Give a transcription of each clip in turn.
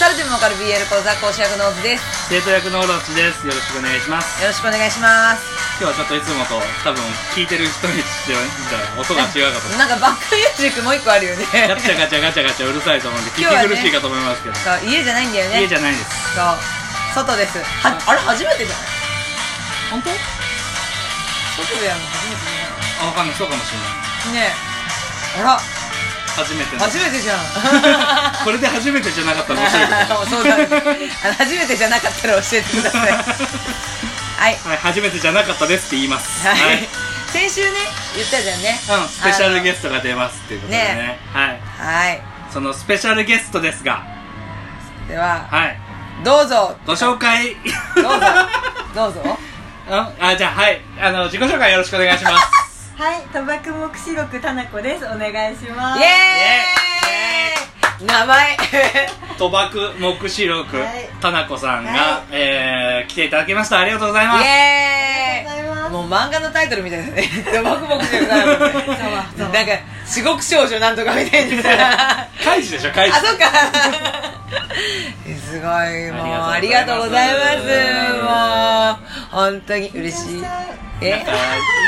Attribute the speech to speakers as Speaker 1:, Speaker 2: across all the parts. Speaker 1: 誰でもわかる BL 講座講師役のオズです
Speaker 2: 生徒役のオロチですよろしくお願いします
Speaker 1: よろしくお願いします
Speaker 2: 今日はちょっといつもと多分聞いてる人にしては音が違う かと思
Speaker 1: なんかバックミュージックもう一個あるよね
Speaker 2: うガチャガチャガチャガチャうるさいと思うんで聞き
Speaker 1: 今日はね
Speaker 2: 苦しいかと思いますけど、
Speaker 1: そう家じゃないんだよね
Speaker 2: 家じゃないです
Speaker 1: そう外ですはあれ初めてじゃない
Speaker 2: 本当
Speaker 1: 外でやるの初めて
Speaker 2: あわかんないそうかもしれない
Speaker 1: じゃないねえあら
Speaker 2: 初めての
Speaker 1: 初めてじゃん
Speaker 2: これで初めてじゃなかったら面白いけど
Speaker 1: そうだねあの初めてじゃなかったら教えてくださ いはい
Speaker 2: はい初めてじゃなかったですって言います
Speaker 1: はい、先週ね言ったじゃんね
Speaker 2: うんスペシャルゲ
Speaker 1: ト
Speaker 2: ストが出ますっていうことでね
Speaker 1: ね
Speaker 2: はい
Speaker 1: はい
Speaker 2: そのスペシャルゲストですが
Speaker 1: では
Speaker 2: はい
Speaker 1: どうぞ
Speaker 2: ご紹介
Speaker 1: どうぞど うぞ
Speaker 2: ああじゃあはいあの自己紹介よろしくお願いします
Speaker 3: はい、賭博目視録たなこです。お願いしま
Speaker 1: イ
Speaker 3: す。
Speaker 1: エーイ名前
Speaker 2: 賭博目視録、
Speaker 3: はい
Speaker 2: 田中さんが、
Speaker 3: は
Speaker 2: えー来ていただきましたありがとうございます
Speaker 1: イエ
Speaker 3: ありがとうござ
Speaker 1: ー
Speaker 3: いま
Speaker 1: イ
Speaker 3: す
Speaker 1: もう漫画のタイトルみたいだね「ドバ クボク」じゃないもんね
Speaker 3: ざわ
Speaker 1: なんか「至極少女なんとか」みたいにさ
Speaker 2: 開示でしょ開
Speaker 1: あ
Speaker 2: 示
Speaker 1: そうかすごいもうあ
Speaker 2: あ
Speaker 1: り
Speaker 2: り
Speaker 1: が
Speaker 2: が
Speaker 1: と
Speaker 2: と
Speaker 1: う
Speaker 2: う
Speaker 1: ご
Speaker 2: ご
Speaker 1: ざ
Speaker 2: ざ
Speaker 1: い
Speaker 2: い
Speaker 1: ま
Speaker 2: ます
Speaker 1: もう本当に嬉しい
Speaker 2: なん
Speaker 1: え
Speaker 2: か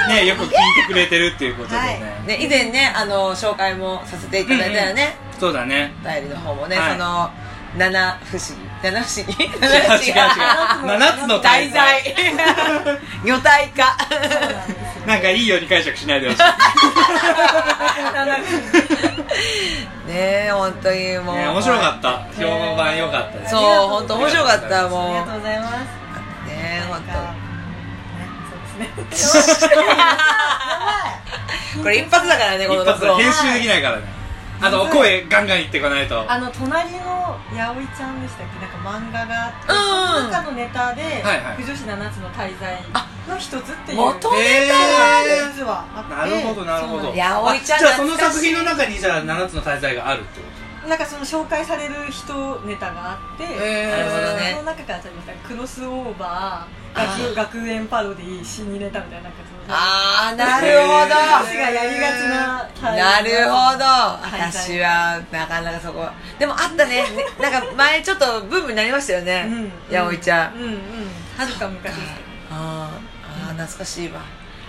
Speaker 2: ねよく聞いてくれてるっていうことでね、
Speaker 3: は
Speaker 1: ね以前ねあの紹介もさせていただいたよね、
Speaker 2: そうだね
Speaker 1: お便りの方もね、
Speaker 2: はい
Speaker 1: その七不思議七不思議
Speaker 2: 違う違う違う7つの
Speaker 1: 滞在 魚体化
Speaker 3: そうなんですよ。
Speaker 2: なんかいいように解釈しないでほしい
Speaker 1: ねえ本当にもう、
Speaker 2: ね面白かった評判良かったです
Speaker 1: そう
Speaker 3: ありがとう
Speaker 1: 本当面白かった
Speaker 3: あり
Speaker 1: も
Speaker 3: がとうございます。
Speaker 1: うねえ
Speaker 3: な
Speaker 1: 本
Speaker 3: んかねそうですね。
Speaker 1: 当これ一発だからねこの
Speaker 2: 一発
Speaker 1: 録
Speaker 2: で
Speaker 1: 音
Speaker 2: 編集できないからねあの声ガンガンいってこないと
Speaker 3: あの隣のやおいちゃんでしたっけなんか漫画があっ
Speaker 1: う
Speaker 3: て、
Speaker 1: ん
Speaker 3: その中のネタで、
Speaker 2: はいはい
Speaker 3: 不女子七つの滞在の一つっていう
Speaker 1: 元
Speaker 3: が
Speaker 1: ネ
Speaker 2: えー
Speaker 3: 実はあ
Speaker 2: な
Speaker 3: って
Speaker 2: るほどなるほど
Speaker 1: いや葵ちゃん
Speaker 2: あじゃあその
Speaker 1: 懐かし
Speaker 2: 作
Speaker 1: い
Speaker 2: 品の中にじゃあ7つの滞在があるってこ
Speaker 3: そうなんかその紹介される人ネタがあって、
Speaker 2: へー
Speaker 1: なるほど
Speaker 3: その
Speaker 1: ね
Speaker 3: 中からちょっとなんかクロスオーバ
Speaker 1: あ
Speaker 3: ー学学園パロディ死にネタみたいななんかその
Speaker 1: ああなる
Speaker 2: へ
Speaker 1: ほ
Speaker 3: 私
Speaker 1: ど
Speaker 3: がやりがちな
Speaker 1: なるほど
Speaker 3: いはい
Speaker 1: 私はなかなかそこでもあったねねなんか前ちょっとブームになりましたよね、
Speaker 3: うん
Speaker 1: やおいちゃん、
Speaker 3: うんうんはるか昔ですけど
Speaker 1: あーあー懐かしいわ、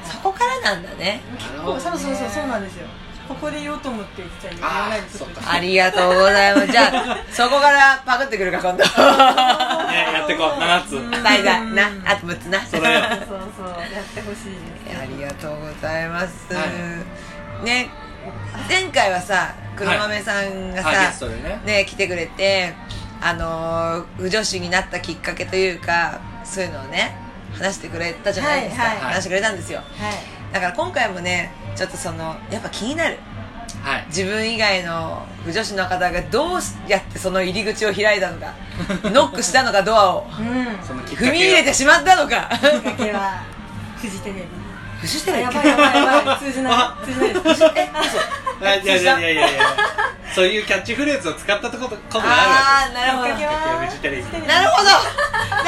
Speaker 1: そこからなんだね
Speaker 3: 結構そうそうそうそうなんですよここで言おうと思って言っちゃいけないです
Speaker 2: あーそっか
Speaker 1: ありがとうござい ますじゃあそこからパクってくるか今度
Speaker 2: とねやってこう7つ
Speaker 1: 大体な あと6つな
Speaker 2: それよ
Speaker 3: そうそうやってほしいです
Speaker 1: ありがとうございます、
Speaker 2: は
Speaker 1: ね前回はさ黒豆さんがさ、
Speaker 2: はいゲストでね
Speaker 1: ね来てくれてあのー、不女子になったきっかけというかそういうのをね話してくれたじゃないですか、
Speaker 3: はいはい
Speaker 1: 話してくれたんですよ
Speaker 3: はい
Speaker 1: だから今回もねちょっとそのやっぱ気になる
Speaker 2: はい
Speaker 1: 自分以外の不女子の方がどうやってその入り口を開いたの かノックしたのかドアを
Speaker 3: うん
Speaker 2: そのきっかけ
Speaker 1: 踏み入れてしまったのか
Speaker 3: きっかけはフジテレビ
Speaker 1: 不死して
Speaker 3: あ
Speaker 1: る
Speaker 3: やばいやばいやばい通じない通じな いですえ
Speaker 2: あいやいやいやいやいやそういうキャッチフレーズを使ったことことがあ
Speaker 1: ああなるほど
Speaker 3: きっかけは
Speaker 2: るわけフジテレビ
Speaker 1: なるほどダメだ
Speaker 3: やばい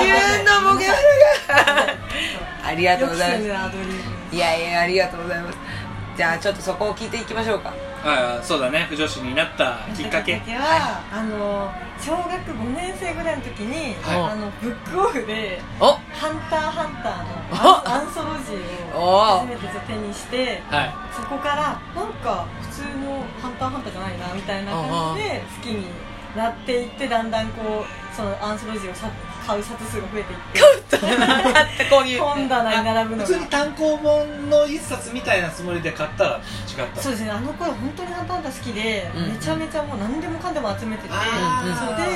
Speaker 1: 自分のボキャブラがありがとうご
Speaker 3: 予期
Speaker 1: ざい
Speaker 3: せ
Speaker 1: ま
Speaker 3: ぬアドリブ
Speaker 1: すいやいやありがとうございますじゃあちょっとそこを聞いていきましょう か
Speaker 2: ああそうだね不女子になったきっか け
Speaker 3: はあの小学5年生ぐらいの時に
Speaker 2: はい
Speaker 3: あのブックオフで
Speaker 1: お
Speaker 3: 「ハンターハンター」
Speaker 1: お
Speaker 3: のアンアンソロジー
Speaker 1: お
Speaker 3: を初めて手にして
Speaker 2: は
Speaker 3: そこからなんか普通の「ハンターハンター」じゃないなみたいな感じで好きになっていってだんだんこうそのアンソロジーをさ買う冊数が増えていって
Speaker 1: こういう
Speaker 3: 本棚に並ぶ
Speaker 2: い
Speaker 3: の
Speaker 2: 普
Speaker 3: が
Speaker 2: 通に単行本の一冊みたいなつもりで買ったら違った
Speaker 3: そうですねあの頃本当にハンターハンター好きで、
Speaker 1: うん
Speaker 3: めちゃめちゃもう何でもかんでも集めてて、
Speaker 2: あ
Speaker 1: ー
Speaker 3: そう
Speaker 2: うん
Speaker 3: で、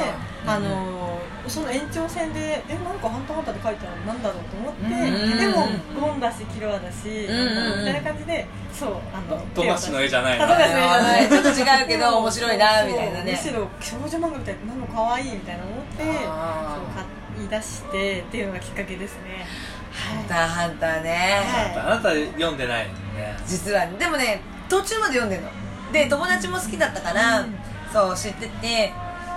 Speaker 1: うん
Speaker 3: あのーその延長線でえなんかハンターハンターって書いてあるなんだろうと思って、
Speaker 2: うん
Speaker 3: でも本だしキロアだし、
Speaker 1: うんうんうん
Speaker 3: みたいな感じでそうあの
Speaker 2: 富樫の絵じゃない
Speaker 3: 富樫
Speaker 2: な
Speaker 3: の絵じゃない
Speaker 1: ちょっと違うけど面白いな
Speaker 3: そう
Speaker 1: みたいなね
Speaker 3: むしろ少女漫画みたいなの可愛いみたいな思ってそう
Speaker 2: あー
Speaker 3: 買い出してっていうのがきっかけですね
Speaker 1: ハンターハンターね
Speaker 3: はい
Speaker 2: あなた読んでないよね
Speaker 1: 実はでもね途中まで読んでるので友達も好きだったから、
Speaker 3: うん
Speaker 1: そう知ってて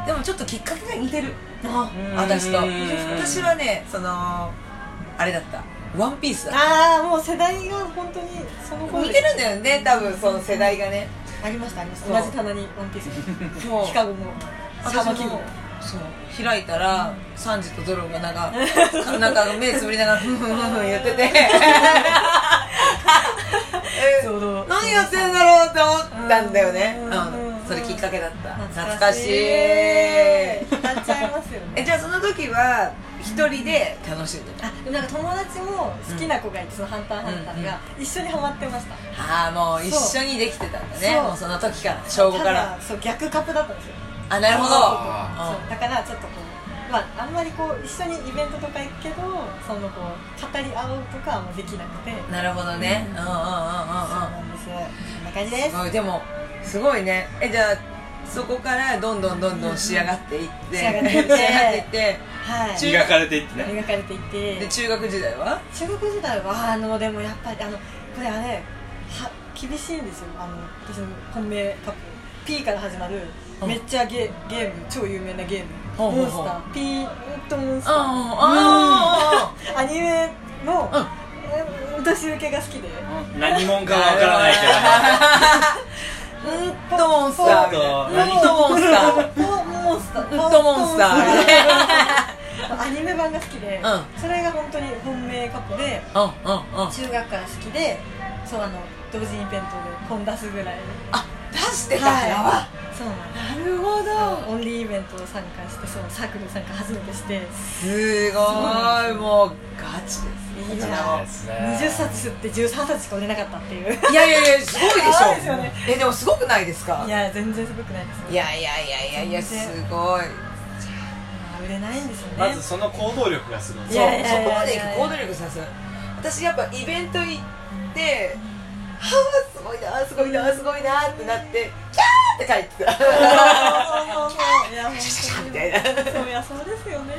Speaker 1: でもちょっときっかけが似てる
Speaker 3: あ
Speaker 1: 私と
Speaker 2: うん
Speaker 1: 私はねそのあれだった「ワンピースだった
Speaker 3: あーもう世代が本当にその頃
Speaker 1: 似てるんだよね多分その世代がね
Speaker 3: ありましたありまし
Speaker 1: そう
Speaker 3: た同じ棚にワンピース
Speaker 1: もう
Speaker 3: シカゴも
Speaker 1: 私
Speaker 3: さばき
Speaker 1: もそう開いたら、サンジとドロンがなんかなんか目つぶりながらふんふんふんふん言っててえ
Speaker 3: ちょうど
Speaker 1: 何やってんだろうって思ったんだよね、
Speaker 3: う
Speaker 1: うんん
Speaker 3: うん
Speaker 1: それきっかけだった懐
Speaker 3: 懐
Speaker 1: か
Speaker 3: か
Speaker 1: し
Speaker 3: し
Speaker 1: い
Speaker 3: い歌っちゃいますよね
Speaker 1: えじゃあその時は一人で楽しんでた
Speaker 3: あでもなんか友達も好きな子がいて、その「ハンターハンター」が一緒にハマってました、
Speaker 1: ああもう一緒にできてたんだね
Speaker 3: そう
Speaker 1: もうその時から小5
Speaker 3: た
Speaker 1: から
Speaker 3: だそう逆カップだったんですよ
Speaker 1: あなるほど
Speaker 2: あ
Speaker 3: そうだからちょっとこう、まあ、あんまりこう一緒にイベントとか行くけどそのこう語り合うとかはもうできなくて
Speaker 1: うんなるほどね
Speaker 3: う
Speaker 1: うんんうんうんうん
Speaker 3: そうなんですこんな感じです
Speaker 1: うんうんでもすごいねえじゃあそこからどんどんどんどん仕上がっていって
Speaker 3: 仕上がっていって
Speaker 1: 仕上がっていって
Speaker 3: はい
Speaker 1: 中
Speaker 2: 磨かれていってね
Speaker 3: 描かれていて
Speaker 1: で中学時代は
Speaker 3: 中学時代はあのでもやっぱりあのこれあれは厳しいんですよあの私の本命カップ P から始まる
Speaker 1: うん
Speaker 3: めっちゃゲゲーム超有名なゲーム
Speaker 1: ほうほ
Speaker 3: モ
Speaker 1: う
Speaker 3: ンス
Speaker 1: ほ
Speaker 3: タ
Speaker 1: う
Speaker 3: ー P ーとモンスター
Speaker 1: あ
Speaker 3: アニメの
Speaker 1: うん
Speaker 3: うん年受けが好きで
Speaker 2: 何者かわからないけど
Speaker 3: うん
Speaker 1: あトモンスターみたい
Speaker 2: そう
Speaker 1: な何トモンスター
Speaker 3: ポーモンスター
Speaker 1: ウッドモンスター
Speaker 3: ポモンスタ ーアニメ版が好きで、
Speaker 1: う
Speaker 3: それが本当に本命カップで
Speaker 1: うんうんうん
Speaker 3: 中学から好きでそうあの同時イベントで本出すぐらい
Speaker 1: あ出してたからは
Speaker 3: そうなん
Speaker 1: な
Speaker 3: です
Speaker 1: るほ
Speaker 3: オンリーイベントを参加してそうサークル参加初めてして
Speaker 1: すごいもうガチです
Speaker 3: いいじ
Speaker 2: わかん ない
Speaker 3: ゃん
Speaker 2: ですね
Speaker 3: 20冊吸って13冊しか売れなかったっていう
Speaker 1: いやいやいやすごいでし
Speaker 3: やば
Speaker 1: ょ
Speaker 3: いですよね
Speaker 1: えでもすごくないですか
Speaker 3: い
Speaker 1: いや
Speaker 3: や全然すごくないです
Speaker 1: い
Speaker 3: や
Speaker 1: やいやいやいやすごい
Speaker 3: 売れないんですよね
Speaker 2: まずその行動力がすごい
Speaker 3: い
Speaker 1: そ
Speaker 3: や
Speaker 1: う
Speaker 3: いやいやい
Speaker 1: そ
Speaker 3: や
Speaker 1: こまでいく行動力さすが私やっぱイベント行ってはあすごいなすごいなすごいなってなってキャーって帰ってた
Speaker 3: いや本当に
Speaker 1: みたいな
Speaker 3: そういやそうですよね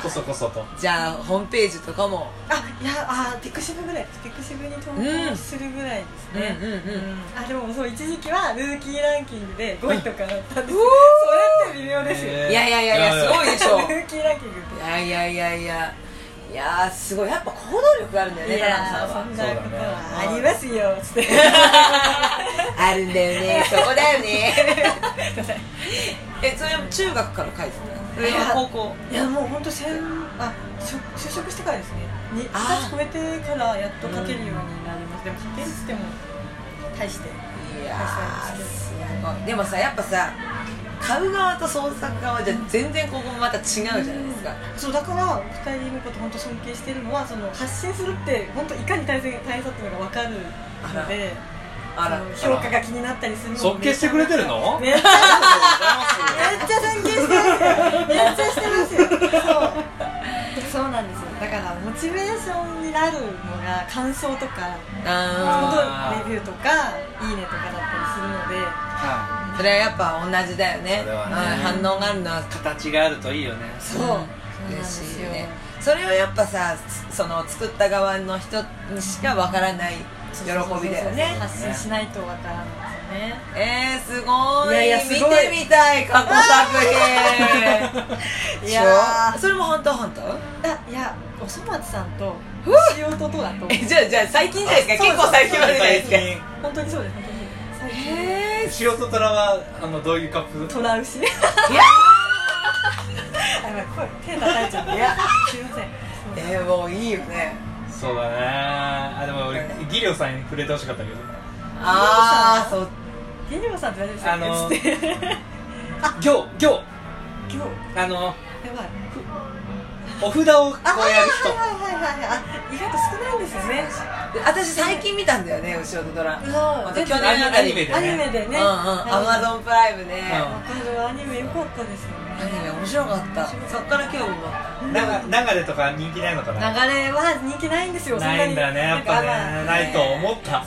Speaker 2: こそこそと
Speaker 1: じゃあホームページとかも
Speaker 3: あいやあピクシブぐらいピクシブに投稿するぐらいですね、
Speaker 1: うんうんうんうん
Speaker 3: あでもそう一時期はルーキーランキングで5位とかだったんですよそれって微妙ですよ、
Speaker 2: へ
Speaker 1: いやいやいやいやすごいでしょ
Speaker 3: ルーキーランキングって
Speaker 1: いやいやいやいやいやーすごいやっぱ行動力があるんだよね
Speaker 3: い
Speaker 1: 田
Speaker 3: や
Speaker 1: 中さん
Speaker 3: そ
Speaker 1: は
Speaker 3: んなことは
Speaker 1: そうだね
Speaker 3: ありますよつ って
Speaker 1: あるんだよ ねそこだよね
Speaker 3: すいません
Speaker 1: えそれも中学から書いてたのそれは高校
Speaker 3: いやもう本当先あしょ就職してからですねに二
Speaker 1: あ
Speaker 3: つ超えてからやっと書けるようになります、でも書けるっつっても大して
Speaker 1: いやーすごいでもさやっぱさ買う側と創作側じゃ全然ここもまた違うじゃないですか、
Speaker 3: そうだから二人のこと本当尊敬してるのはその発信するって本当いかに大変大変さっていうのが分かるので
Speaker 1: あら
Speaker 3: その評価が気になったりするのも
Speaker 2: 尊敬してくれてるの
Speaker 3: めっち ゃめっちゃ尊敬してますよめっちゃしてますよそうそうなんですよだからモチベーションになるのが感想とか
Speaker 1: あ
Speaker 2: あー
Speaker 3: レビューとかいいねとかだったりするので
Speaker 2: は
Speaker 1: ーそれはやっぱ同じだよね
Speaker 2: それはね
Speaker 1: うん反応があるのはい
Speaker 2: 形があるといいよね
Speaker 3: そうそうなんで
Speaker 1: 嬉
Speaker 3: すよ
Speaker 1: しいよねそれはやっぱさつその作った側の人にしかわからない喜びだよね
Speaker 3: 発信しないとわからないです
Speaker 1: え
Speaker 3: よね
Speaker 1: ー、すごい
Speaker 3: いやいやすごい
Speaker 1: 見てみたい過去作品
Speaker 3: いやー
Speaker 1: それもハンターハンター
Speaker 3: あいやおそ松さんと塩ととだと
Speaker 1: えじゃあじゃあ最近じゃないですか
Speaker 3: あ
Speaker 1: 結構最近までじゃないですか
Speaker 2: 最近
Speaker 3: 本当にそうです本当に最近
Speaker 1: えー
Speaker 2: 塩と虎はあのどういうカップ
Speaker 3: トラウシ
Speaker 1: いや
Speaker 3: あやばい声手叩いちゃったいやすいませんそう
Speaker 1: えー、もういいよね
Speaker 2: そうだねあでも俺ギリョウさんに触れてほしかったけど
Speaker 1: ああそっ
Speaker 3: ゲリオさんって誰です
Speaker 2: あの
Speaker 3: かねつって
Speaker 2: 行行
Speaker 3: 今日
Speaker 2: あの
Speaker 3: やばい
Speaker 2: お札をこ
Speaker 3: あは
Speaker 2: う
Speaker 3: い
Speaker 2: やる
Speaker 3: はいはいはいはいあ意外と少ないんですよね
Speaker 1: 私最近見たんだよね後ろとドラ
Speaker 3: う
Speaker 1: ま
Speaker 3: わ
Speaker 1: た去
Speaker 2: ア
Speaker 1: 年
Speaker 2: ニ
Speaker 1: あ
Speaker 2: ア
Speaker 1: たり
Speaker 2: ニメでね
Speaker 3: アニメで
Speaker 1: うんう
Speaker 3: ね
Speaker 1: んアマゾンプライムね
Speaker 3: わかるアニメ良かったですよ
Speaker 1: アニメ
Speaker 3: ね
Speaker 1: 面白かったそっから今日も
Speaker 2: なが流れとか人気ないのか
Speaker 3: 流
Speaker 2: な
Speaker 3: れは人気ないんですよ
Speaker 2: ないんだねやっぱね
Speaker 3: ね
Speaker 2: ないと思った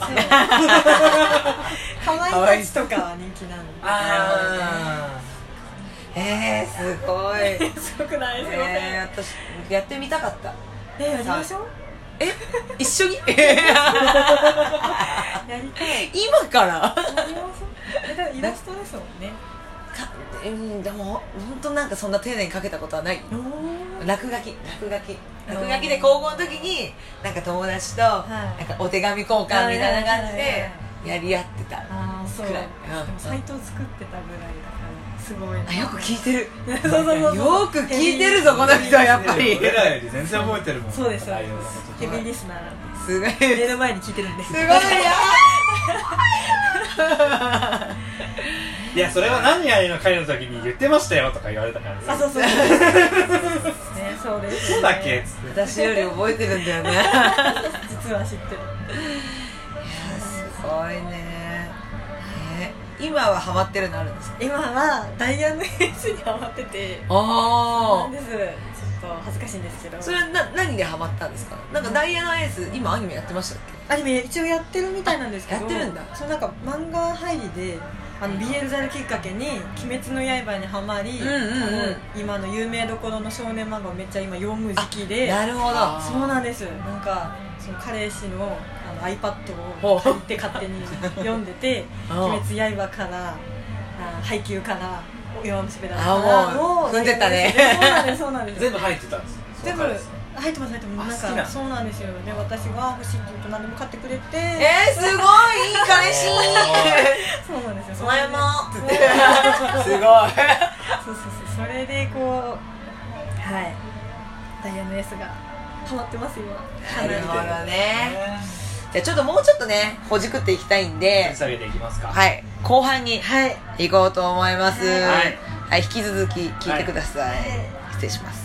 Speaker 3: かまいたちとかは人気なの
Speaker 2: あ
Speaker 1: えー、す ごい
Speaker 3: すごくないですよ
Speaker 1: えー、
Speaker 3: ね
Speaker 1: 私やってみたかった
Speaker 3: えやりましょう
Speaker 1: え一緒 に
Speaker 3: やりたい
Speaker 1: 今から
Speaker 3: やりましょうえでもイラストですもんね
Speaker 1: かうんでも本当なんかそんな丁寧にかけたことはない
Speaker 3: おー
Speaker 1: 落書き落書き落書きで高校の時になんか友達となんかお手紙交換みたいな感じでやり合ってた
Speaker 3: ああそう
Speaker 1: くらい
Speaker 3: でもサイト作ってたぐらいだからすごい
Speaker 1: あ
Speaker 3: な
Speaker 1: よく聞いてる
Speaker 3: そうそうそうそう
Speaker 1: よく聞いてるぞこの人はやっぱり
Speaker 2: 俺らより全然覚えてるもん
Speaker 3: そうですそう
Speaker 2: 内
Speaker 3: で
Speaker 2: 容のこ
Speaker 3: す
Speaker 2: と
Speaker 3: ヘビーリスナーなんです
Speaker 1: ごい
Speaker 3: 目の前に聞いてるんです
Speaker 1: ごいよ
Speaker 2: いやそれは何やりの会の時に言ってましたよとか言われたから
Speaker 3: あ
Speaker 2: さ
Speaker 3: そうそうそうですねそうですね
Speaker 2: そうだっけっつって
Speaker 1: 私より覚えてるんだよねいや
Speaker 3: 実は知ってる
Speaker 1: すごいねね今はハマってるのあるんですか
Speaker 3: 今はダイヤのエースにハマっててな
Speaker 1: あ
Speaker 3: んですちょっと恥ずかしいんですけど
Speaker 1: それはな何でハマったんですかなんかダイヤのエース今アニメやってましたっ
Speaker 3: アニメ一応やってるみたいなんですけど
Speaker 1: やってるんだ
Speaker 3: そうなんか漫画入りであの BL ザルきっかけに「鬼滅の刃」にハマり、
Speaker 1: うんうんうん
Speaker 3: あの今の有名どころの少年漫画をめっちゃ今読む時期
Speaker 1: け
Speaker 3: で
Speaker 1: なるほど
Speaker 2: あ
Speaker 3: そうなんですなんかその彼氏のあの iPad を借りて勝手に読んでて「
Speaker 1: うん
Speaker 3: 鬼滅刃」から「あ配給」から「お弱虫ペダル」か
Speaker 1: あ
Speaker 3: ら
Speaker 1: もう
Speaker 3: を
Speaker 1: 踏んでたね
Speaker 3: そうなんですそうなんです
Speaker 2: 全部入ってたんですよ
Speaker 3: 全部
Speaker 2: そうです
Speaker 3: 入ってます入ってます
Speaker 2: あ好き
Speaker 3: なんか
Speaker 2: な
Speaker 3: そうなんですよで私が欲しいって言うと何でも買ってくれて
Speaker 1: えー、すごいいい彼氏
Speaker 3: そうなんです
Speaker 1: お
Speaker 3: よ
Speaker 1: 前も
Speaker 3: そ
Speaker 1: つ
Speaker 3: れ
Speaker 1: っ
Speaker 3: で
Speaker 1: てすごい
Speaker 3: そうそうそうそれでこうはいダイヤのエースがハマってますよ
Speaker 1: なるほどね
Speaker 2: ね
Speaker 1: じゃあちょっともうちょっとねほじくっていきたいん
Speaker 2: 掘
Speaker 1: で
Speaker 2: り下げていきますか
Speaker 1: はい後半に
Speaker 3: は
Speaker 1: 行
Speaker 3: い
Speaker 1: こうと思います
Speaker 3: はい
Speaker 1: はい、引き続き聞いてください、
Speaker 3: はい
Speaker 1: 失礼します